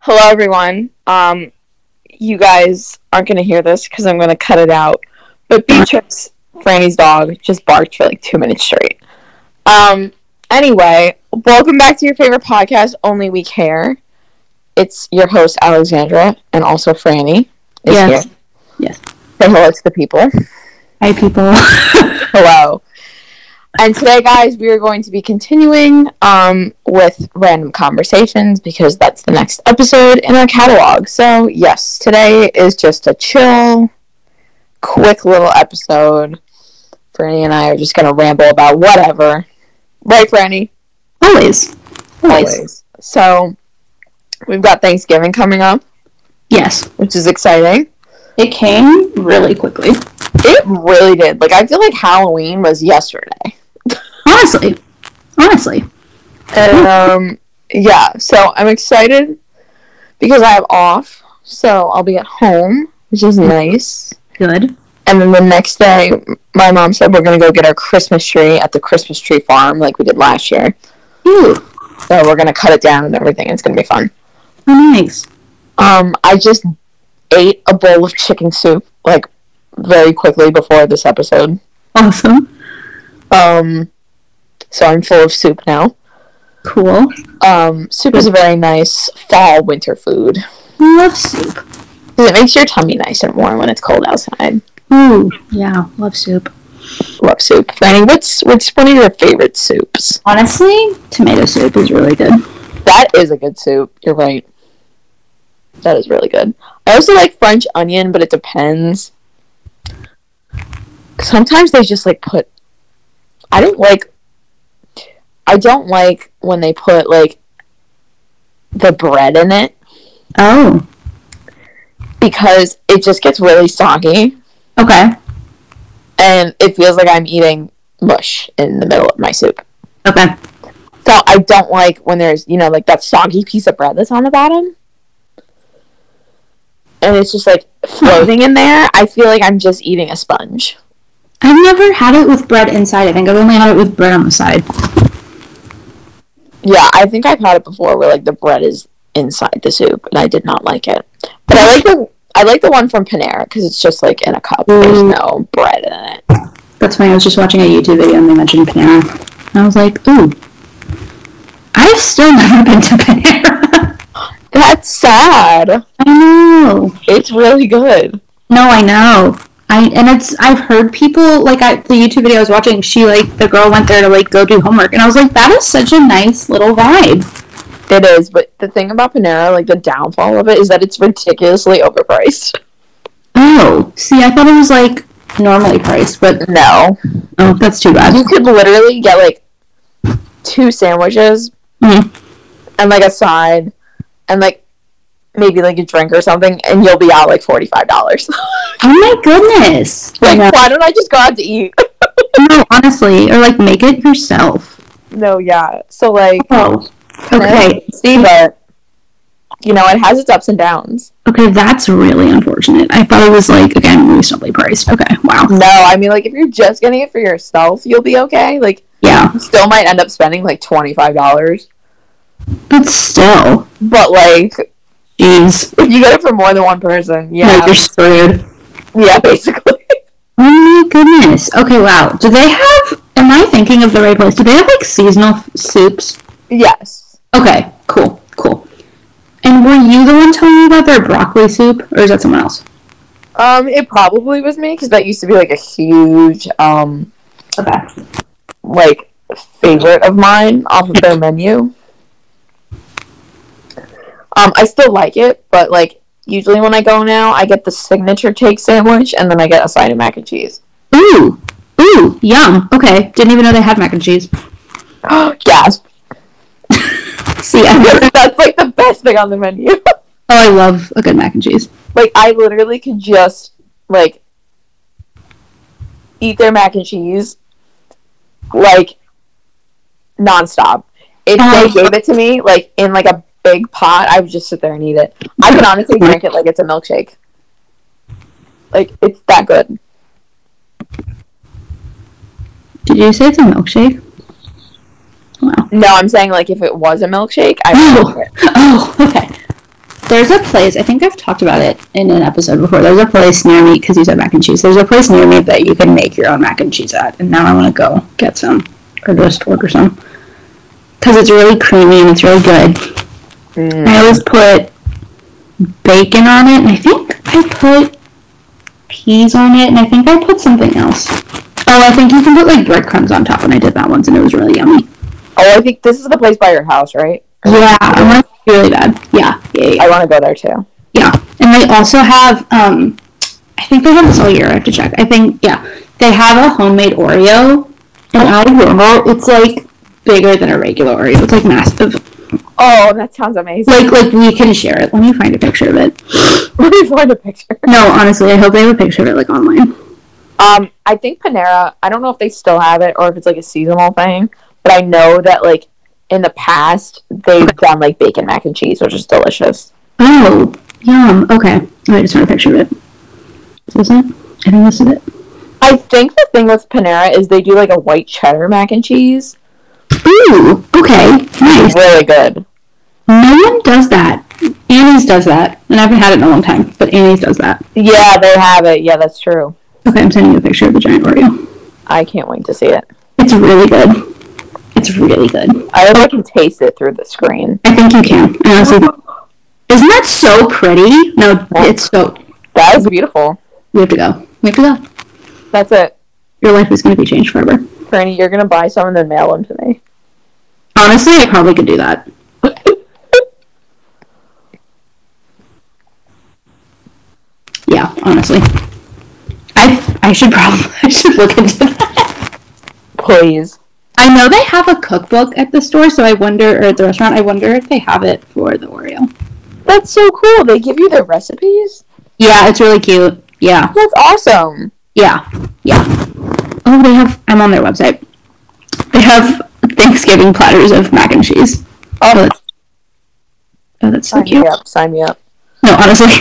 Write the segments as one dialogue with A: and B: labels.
A: Hello, everyone. Um, you guys aren't going to hear this because I'm going to cut it out. But Beatrix, Franny's dog, just barked for like two minutes straight. Um, anyway, welcome back to your favorite podcast, Only We Care. It's your host, Alexandra, and also Franny. Is
B: Yes.
A: Here.
B: Yes.
A: Say hello to the people.
B: Hi, people.
A: Hello. And today, guys, we are going to be continuing um, with random conversations because that's the next episode in our catalog. So, yes, today is just a chill, quick little episode. Franny and I are just going to ramble about whatever. Right, Franny?
B: Always. Always.
A: So, we've got Thanksgiving coming up,
B: Yes.
A: which is exciting.
B: It came really quickly.
A: It really did. Like, I feel like Halloween was yesterday.
B: Honestly. Honestly.
A: And um, yeah, so I'm excited because I have off, so I'll be at home, which is nice.
B: Good.
A: And then the next day, my mom said we're gonna go get our Christmas tree at the Christmas tree farm, like we did last year.
B: Ooh.
A: So we're gonna cut it down and everything. It's gonna be fun.
B: How nice.
A: Um, I just ate a bowl of chicken soup like very quickly before this episode.
B: Awesome.
A: Um, so I'm full of soup now.
B: Cool.
A: Um, soup is a very nice fall winter food.
B: Love soup.
A: Because it makes your tummy nice and warm when it's cold outside.
B: Ooh. Yeah. Love soup.
A: Love soup. Franny, what's what's one of your favorite soups?
B: Honestly, tomato soup is really good.
A: That is a good soup. You're right. That is really good. I also like French onion, but it depends. Sometimes they just like put. I don't like. I don't like when they put like the bread in it
B: Oh.
A: because it just gets really soggy
B: Okay.
A: and it feels like I'm eating mush in the middle of my soup.
B: Okay.
A: So I don't like when there's, you know, like that soggy piece of bread that's on the bottom. And it's just like floating in there. I feel like I'm just eating a sponge.
B: I've never had it with bread inside. I think I've only had it with bread on the side.
A: Yeah, I think I've had it before where like the bread is inside the soup and I did not like it. But I like the I like the one from Panera because it's just like in a cup. There's
B: Mm.
A: no bread in it.
B: That's funny. I was just watching a YouTube video and they mentioned Panera. And I was like, ooh. I've still never been to Panera.
A: That's sad.
B: I know.
A: It's really good.
B: No, I know. I and it's I've heard people like I the YouTube video I was watching, she like the girl went there to like go do homework and I was like, that is such a nice little vibe.
A: It is, but the thing about Panera, like the downfall of it, is that it's ridiculously overpriced.
B: Oh. See, I thought it was like normally priced, but
A: No.
B: oh that's too
A: you
B: bad.
A: could literally get like two sandwiches
B: Mhm.
A: and like a side and like maybe like a drink or something and you'll be out like $45
B: Oh my goodness.
A: like
B: no,
A: why don't i just go out to eat
B: no, honestly. Or like make it yourself.
A: no yeah so like
B: Oh. Okay.
A: see but you know it has its ups and downs
B: Okay, that's really unfortunate. I thought it was like again reasonably priced. Okay, wow.
A: no i mean like if you're just getting it for yourself you'll be okay like
B: Yeah.
A: you still might end up spending like $25
B: But still.
A: but like
B: Jeez.
A: if you get it for more than one person
B: Like
A: yeah
B: you're screwed.
A: yeah basically
B: Oh my goodness. Okay, wow. Do they have? Am I thinking of the right place? Do they have like seasonal f- soups?
A: yes
B: Okay, cool, cool. And were you the one telling me about their broccoli soup, or is that someone else?
A: Um, it probably was me because that used to be like a huge um
B: Okay.
A: like favorite of mine off of their menu. Um, I still like it, but like usually when I go now, I get the signature take sandwich and then I get a side of mac and cheese.
B: Ooh, ooh, yum. Okay, didn't even know they had mac and cheese.
A: Gasp!
B: See, I really-
A: That's like the best thing on the menu.
B: oh, I love a good mac and cheese.
A: like I literally could just like eat their mac and cheese like nonstop. If
B: Oh.
A: they gave it to me like in like a big pot, I would just sit there and eat it. I could honestly drink it like it's a milkshake. Like it's that good.
B: Did you say it's a milkshake? Wow.
A: No, I'm saying like if it was a milkshake, I would drink
B: Oh,
A: it.
B: oh, okay. There's a place, I think I've talked about it in an episode before. There's a place near me, because you said mac and cheese. There's a place near me that you can make your own mac and cheese at. And now I want to go get some, or just order some. Because it's really creamy and it's really good.
A: Mm.
B: I always put bacon on it, and I think I put peas on it, and I think I put something else. Oh, I think you can put like breadcrumbs on top, and I did that once, and it was really yummy.
A: Oh, I think this is the place by your house, right?
B: Yeah, I want it really bad. Yeah, yeah, yeah.
A: I want to go there too.
B: yeah. And they also have, um, I think they have this all year. I have to check. I think, yeah, they have a homemade Oreo, and I remember it's like bigger than a regular Oreo. It's like massive.
A: Oh, that sounds amazing.
B: Like, like we can share it. Let me find a picture of it.
A: Let me find a picture.
B: No, honestly, I hope they have a picture of it like online.
A: Um, I think Panera. I don't know if they still have it or if it's like a seasonal thing, but I know that like in the past they've done like bacon mac and cheese, which is delicious.
B: Oh, yum. Okay. Oh, I just want a picture of it. Is it? I think this is it.
A: I think the thing with Panera is they do like a white cheddar mac and cheese.
B: Ooh, okay. Nice.
A: It's really good.
B: No one does that. Annie's does that. And I haven't had it in a long time, but Annie's does that.
A: Yeah, they have it. Yeah, that's true.
B: Okay, I'm sending you a picture of the giant Oreo.
A: I can't wait to see it.
B: It's really good. It's really good.
A: I hope I can taste it through the screen.
B: I think you can. I honestly, isn't that so pretty? No, it's so.
A: That is beautiful.
B: We have to go. We have to go.
A: That's it.
B: Your life is going to be changed forever.
A: Franny, you're gonna buy some and then mail them to me.
B: Honestly, I probably could do that. Yeah, honestly. I I should probably I should look into that.
A: Please.
B: I know they have a cookbook at the store, so I wonder or at the restaurant, I wonder if they have it for the Oreo.
A: That's so cool. They give you their recipes.
B: Yeah, it's really cute. Yeah.
A: That's awesome.
B: Yeah. Yeah. Oh, they have I'm on their website. They have Thanksgiving platters of mac and cheese. Oh,
A: Oh,
B: that's, oh, that's so
A: sign
B: cute.
A: me up. Sign me up.
B: No, honestly.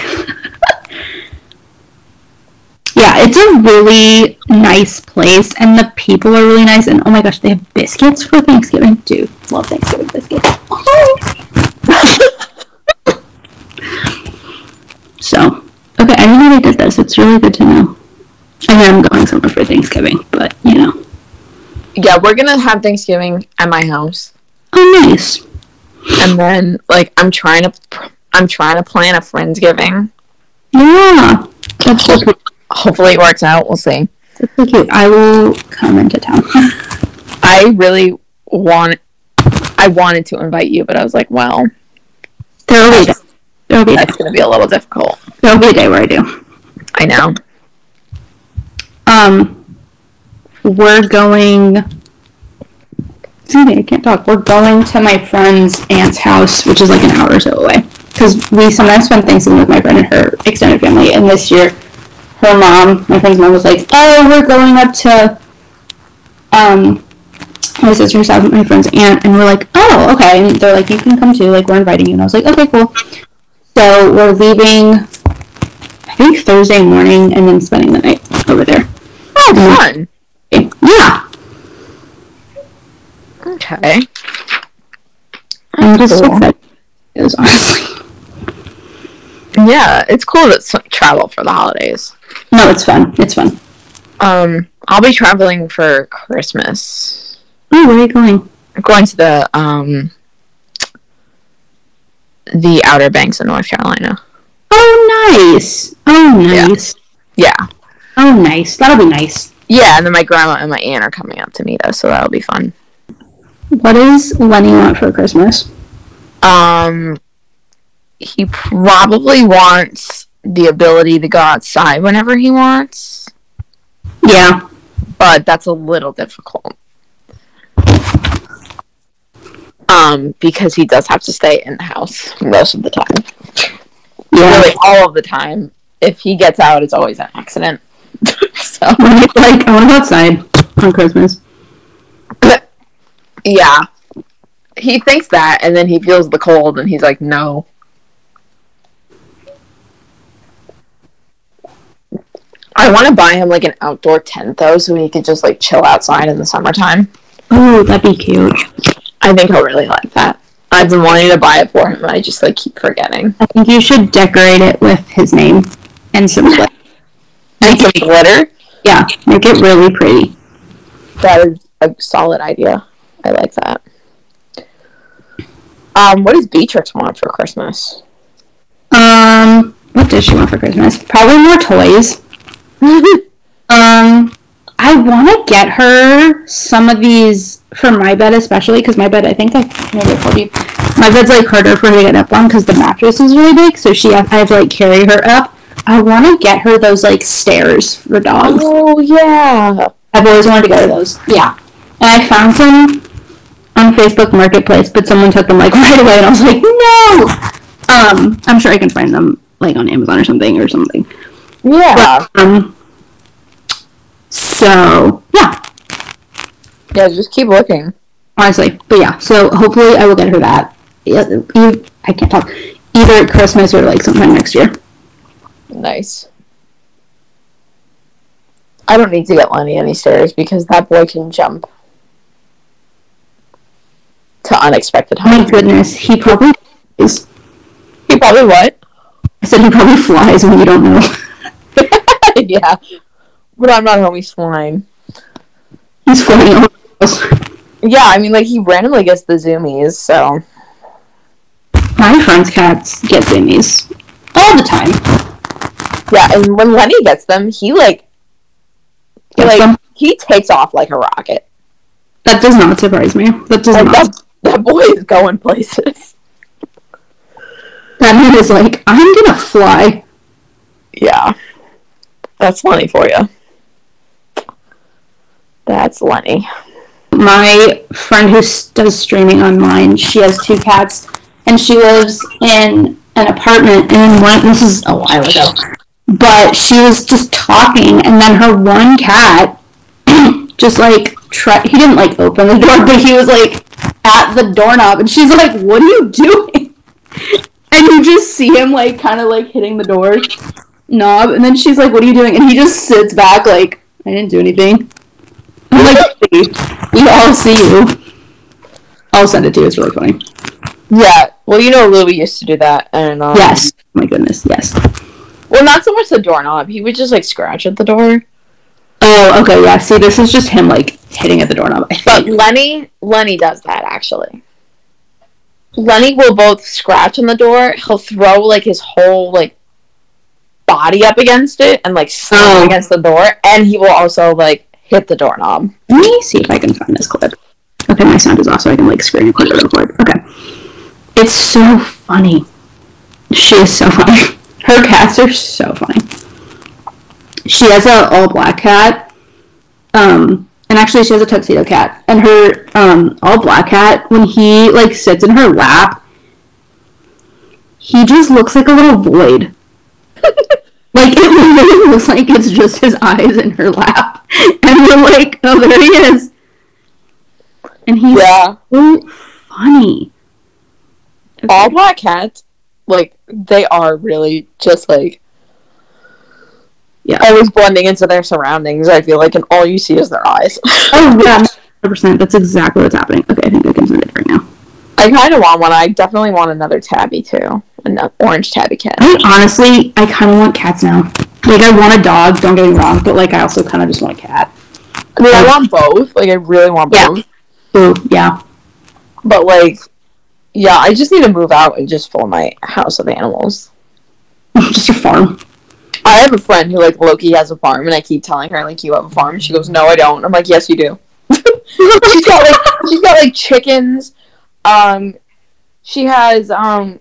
B: yeah, it's a really nice place, and the people are really nice. And oh my gosh, they have biscuits for Thanksgiving. Dude, love Thanksgiving biscuits. so, okay, I didn't know they did this. It's really good to know. I mean, I'm going somewhere for Thanksgiving, but you know.
A: Yeah, we're gonna have Thanksgiving at my house,
B: Oh, nice.
A: and then like I'm trying to, pr- I'm trying to plan a friendsgiving.
B: Yeah, that's so cute.
A: Hopefully, it works out. We'll see.
B: That's so cute. I will come into town.
A: I really want, I wanted to invite you, but I was like, well,
B: There'll be a day. There'll be a day.
A: that's gonna be a little difficult.
B: There'll be a day where I do.
A: I know.
B: Um, we're going. Excuse me, I can't talk. We're going to my friend's aunt's house, which is like an hour or so away. Because we sometimes spend Thanksgiving with my friend and her extended family. And this year, her mom, my friend's mom, was like, "Oh, we're going up to um my sister's house, with my friend's aunt," and we're like, "Oh, okay." And they're like, "You can come too. Like, we're inviting you." And I was like, "Okay, cool." So we're leaving. I think Thursday morning, and then spending the night over there.
A: Oh,
B: Mm-hmm.
A: fun.
B: Yeah.
A: Okay.
B: I'm just
A: Cool.
B: excited. It was honestly.
A: Yeah, it's cool to s- travel for the holidays.
B: No, it's fun. It's fun.
A: Um, I'll be traveling for Christmas.
B: Oh, where are you going?
A: I'm going to the um the Outer Banks of North Carolina.
B: Oh, nice. Oh,
A: Yeah.
B: nice.
A: Yeah.
B: Oh, nice. That'll be nice.
A: Yeah, and then my grandma and my aunt are coming out to meet us, so that'll be fun.
B: What does Lenny want for Christmas?
A: Um he probably wants the ability to go outside whenever he wants,
B: Yeah.
A: but that's a little difficult. Um, because he does have to stay in the house most of the time.
B: Yeah.
A: Really all of the time. If he gets out it's always an accident. so
B: Right? Like, I want to go outside on Christmas.
A: Yeah. He thinks that, and then he feels the cold, and he's like, no. I want to buy him like an outdoor tent though, so he could just like chill outside in the summertime.
B: Oh, that'd be cute.
A: I think he'll really like that. I've been wanting to buy it for him, and I just like keep forgetting.
B: I think you should decorate it with his name and some glitter.
A: And some glitter.
B: Yeah, make it really pretty.
A: That is a solid idea. I like that. Um, what does Beatrix want for Christmas?
B: Um, what does she want for Christmas? Probably more toys. Um, I want to get her some of these for my bed, especially because my bed, I think I maybe I told you, my bed's like harder for her to get up on because the mattress is really big, so she I have to like carry her up. I want to get her those like stairs for dogs.
A: Oh yeah.
B: I've always wanted to go to those. Yeah, and I found some on Facebook Marketplace, but someone took them like right away, and I was like, no. Um, I'm sure I can find them like on Amazon or something or something.
A: Yeah.
B: Um, so yeah,
A: Yeah, just keep looking.
B: honestly, but yeah. So hopefully, I will get her that. Yeah, you- I can't talk. Either at Christmas or like sometime next year.
A: Nice. I don't need to get Lenny any stairs because that boy can jump to unexpected
B: Oh My
A: heights.
B: goodness, he probably is.
A: He probably what?
B: I said he probably flies when you don't know.
A: yeah. But I'm not home, he's flying.
B: He's flying all over the house.
A: Yeah, I mean, like, he randomly gets the zoomies, so.
B: My friend's cats get zoomies all the time.
A: Yeah, and when Lenny gets them, he, like, he,
B: Gets
A: like
B: them.
A: he takes off like a rocket.
B: That does not surprise me. That does
A: Like,
B: not.
A: that, that boy is going places.
B: That man is like, I'm gonna fly.
A: Yeah. That's Lenny for you. That's Lenny.
B: my friend who s- does streaming online she has two cats and she lives in an apartment and one this is a while ago but she was just talking and then her one cat just like try he didn't like open the door but he was like at the doorknob and she's like what are you doing and you just see him like kind of like hitting the door knob and then she's like what are you doing and he just sits back like i didn't do anything I'm like "Hey, we all see you. I'll send it to you. It's really funny.
A: Yeah. Well, you know, Louie used to do that, and um,
B: Yes. My goodness. Yes.
A: Well, not so much the doorknob. He would just like scratch at the door.
B: Oh, okay. Yeah. See, this is just him like hitting at the doorknob. I
A: But
B: think.
A: Lenny, Lenny does that actually. Lenny will both scratch on the door. He'll throw like his whole like body up against it and like slam
B: Oh.
A: against the door, and he will also like hit the doorknob.
B: Let me see if I can find this clip. Okay, my sound is off, so I can like screen record it real quick. Okay. It's so funny. She is so funny. Her cats are so funny. She has a all black cat. Um, and actually she has a tuxedo cat. And her um all black cat, when he like sits in her lap, he just looks like a little void. Like it literally looks like it's just his eyes in her lap, and we're like, "Oh, there he is," and he's so funny. Oh,
A: all black cats, like they are really just like
B: Yeah.
A: always blending into their surroundings. I feel like, and all you see is their eyes.
B: Oh yeah, hundred percent. That's exactly what's happening. Okay, I think I can send it right now.
A: I kind of want one. I definitely want another tabby too, an orange tabby cat.
B: I honestly, I kind of want cats now. Like, I want a dog. Don't get me wrong, but like, I also kind of just want a cat.
A: I mean, I want both. Like, I really want
B: Yeah.
A: both.
B: Ooh, yeah.
A: But like, yeah, I just need to move out and just fill my house with animals.
B: just a farm.
A: I have a friend who like Loki has a farm, and I keep telling her like, "You have a farm?" She goes, "No, I don't." I'm like, "Yes, you do." she's got like she's got like chickens. Um, she has um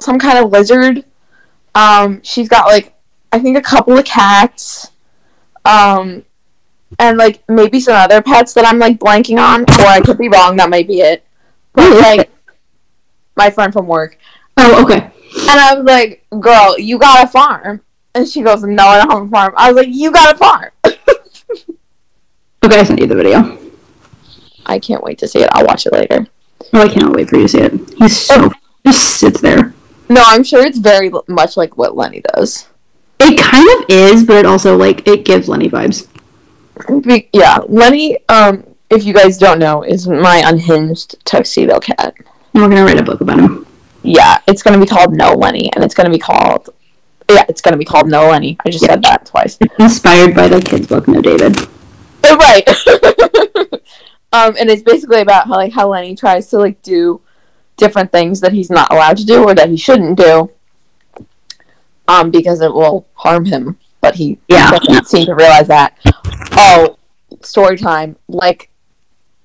A: some kind of lizard. Um, she's got like I think a couple of cats. Um, and like maybe some other pets that I'm like blanking on, or I could be wrong. That might be it. But
B: Ooh,
A: like my friend from work,
B: Oh, okay.
A: and I was like, girl, you got a farm. And she goes, no, I don't have a farm. I was like, you got a farm.
B: Okay, I sent you the video.
A: I can't wait to see it. I'll watch it later.
B: Oh, I cannot wait for you to see it. He's so just sits there.
A: No, I'm sure it's very l- much like what Lenny does.
B: It kind of is, but it also like it gives Lenny vibes.
A: Be- yeah, Lenny, um, if you guys don't know, is my unhinged tuxedo cat.
B: And we're gonna write a book about him.
A: Yeah, it's gonna be called No Lenny, and it's gonna be called yeah, it's gonna be called No Lenny. I just said that twice.
B: Inspired by the kids' book, No David.
A: Uh, right. um, and it's basically about how like how Lenny tries to like do different things that he's not allowed to do or that he shouldn't do, um, because it will harm him. But he
B: Yeah.
A: doesn't seem to realize that. Oh, story time! Like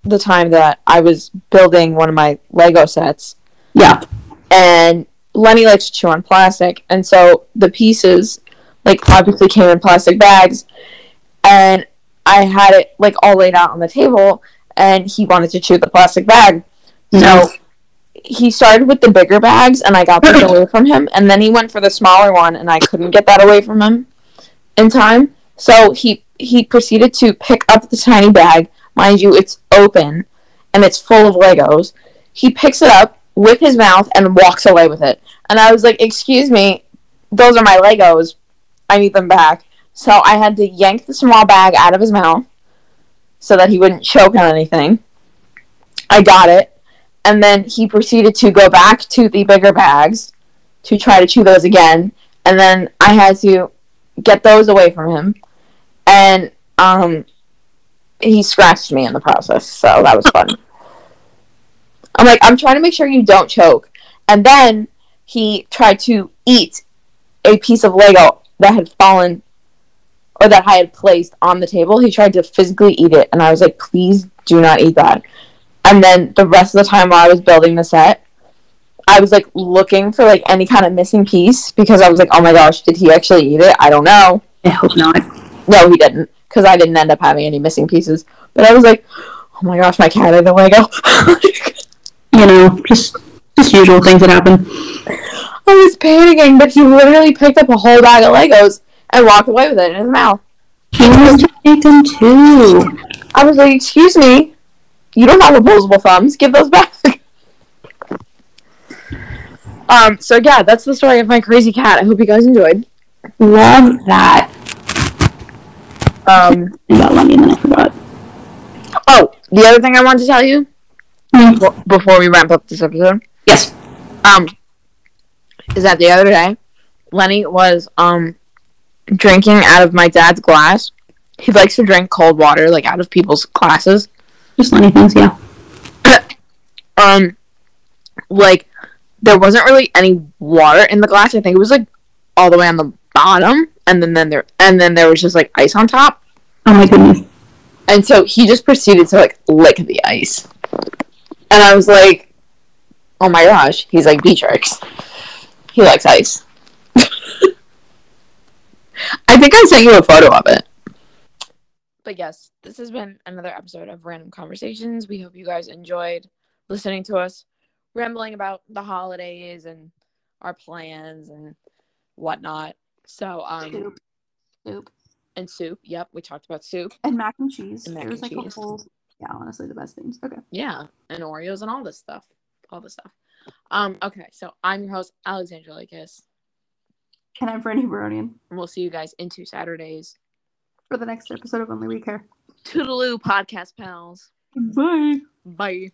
A: the time that I was building one of my Lego sets,
B: Yeah.
A: and Lenny likes to chew on plastic, and so the pieces, like obviously, came in plastic bags, and I had it like all laid out on the table, and he wanted to chew the plastic bag,
B: No.
A: so he started with the bigger bags, and I got that away from him, and then he went for the smaller one, and I couldn't get that away from him in time, so he he proceeded to pick up the tiny bag, mind you, it's open, and it's full of Legos he picks it up with his mouth and walks away with it. And I was like, "Excuse me, those are my Legos. I need them back." So I had to yank the small bag out of his mouth so that he wouldn't choke on anything. I got it, and then he proceeded to go back to the bigger bags to try to chew those again, and then I had to get those away from him, and um, he scratched me in the process, so that was fun. I'm like, I'm trying to make sure you don't choke. And then he tried to eat a piece of Lego that had fallen or that I had placed on the table. He tried to physically eat it. And I was like, please do not eat that. And then the rest of the time while I was building the set, I was like looking for like any kind of missing piece because I was like, oh my gosh, did he actually eat it? I don't know.
B: I hope not.
A: No, he didn't, because I didn't end up having any missing pieces. But I was like, oh my gosh, my cat ate a Lego. I
B: You know, just just usual things that happen.
A: was panicking, but he literally picked up a whole bag of Legos and walked away with it in his mouth.
B: He wants to take them too.
A: I was like, excuse me, you don't have opposable thumbs. Give those back. um. So yeah, that's the story of my crazy cat. I hope you guys enjoyed.
B: Love that.
A: Um.
B: I got Lenny and then I forgot.
A: Oh, the other thing I wanted to tell you
B: Mm,
A: befo- before we wrap up this episode.
B: Yes.
A: um is that the other day lenny was um drinking out of my dad's glass he likes to drink cold water like out of people's glasses
B: Just Lenny things, yeah.
A: um like there wasn't really any water in the glass i think it was like all the way on the bottom and then, then there and then there was just like ice on top
B: Oh my goodness.
A: and so he just proceeded to like lick the ice and i was like oh my gosh he's like beatrix he likes ice i think i sent you a photo of it but yes this has been another episode of random conversations we hope you guys enjoyed listening to us rambling about the holidays and our plans and whatnot so um
B: Soup.
A: and soup yep we talked about soup
B: And mac and cheese.
A: And mac
B: it was
A: and
B: like
A: cheese.
B: a whole yeah, honestly the best things. Okay.
A: Yeah, and Oreos and all this stuff, all this stuff. Um, okay, so I'm your host Alexandra Lakis,
B: And I'm Brandy Baronian
A: and we'll see you guys in two Saturdays.
B: for the next episode of Only We Care.
A: Toodaloo, podcast pals.
B: Bye.
A: Bye.